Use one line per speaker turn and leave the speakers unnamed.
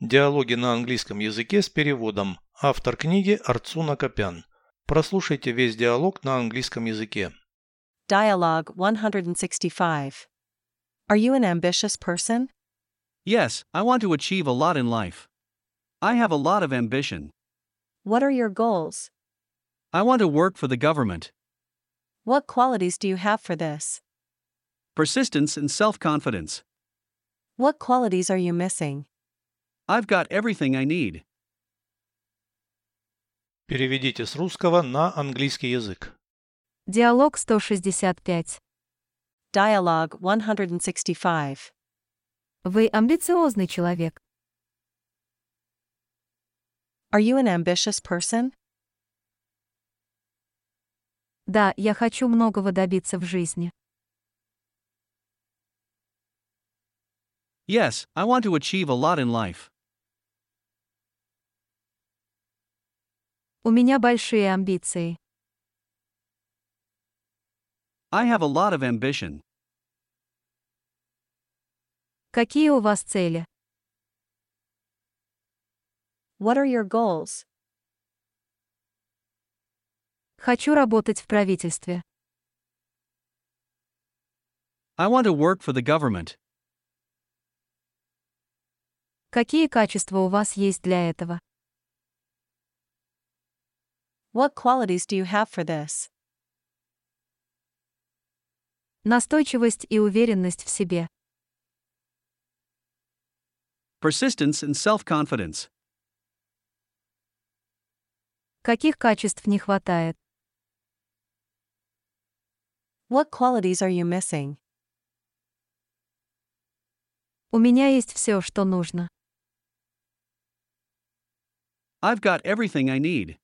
Диалоги на английском языке с переводом. Автор книги Арцуна Копян. Прослушайте весь диалог на английском языке.
Dialogue 165. Are you an ambitious person?
Yes, I want to achieve a lot in life. I have a lot of ambition.
What are your goals?
I want to work for the government.
What qualities do you have for this?
Persistence and self confidence.
What qualities are you missing?
I've got everything I need.
Переведите с русского на английский язык.
Диалог 165.
Dialogue 165.
Вы амбициозный человек.
Are you an ambitious person?
Да, я хочу многого добиться в жизни.
Yes, I want to achieve a lot in life.
У меня большие амбиции.
I have a lot of ambition.
Какие у вас цели?
What are your goals?
Хочу работать в правительстве.
I want to work for the government.
Какие качества у вас есть для этого?
What qualities do you have for this?
Настойчивость и уверенность в себе.
Persistence and self confidence.
Каких качеств не хватает?
What qualities are you missing?
У меня есть все, что нужно.
I've got everything I need.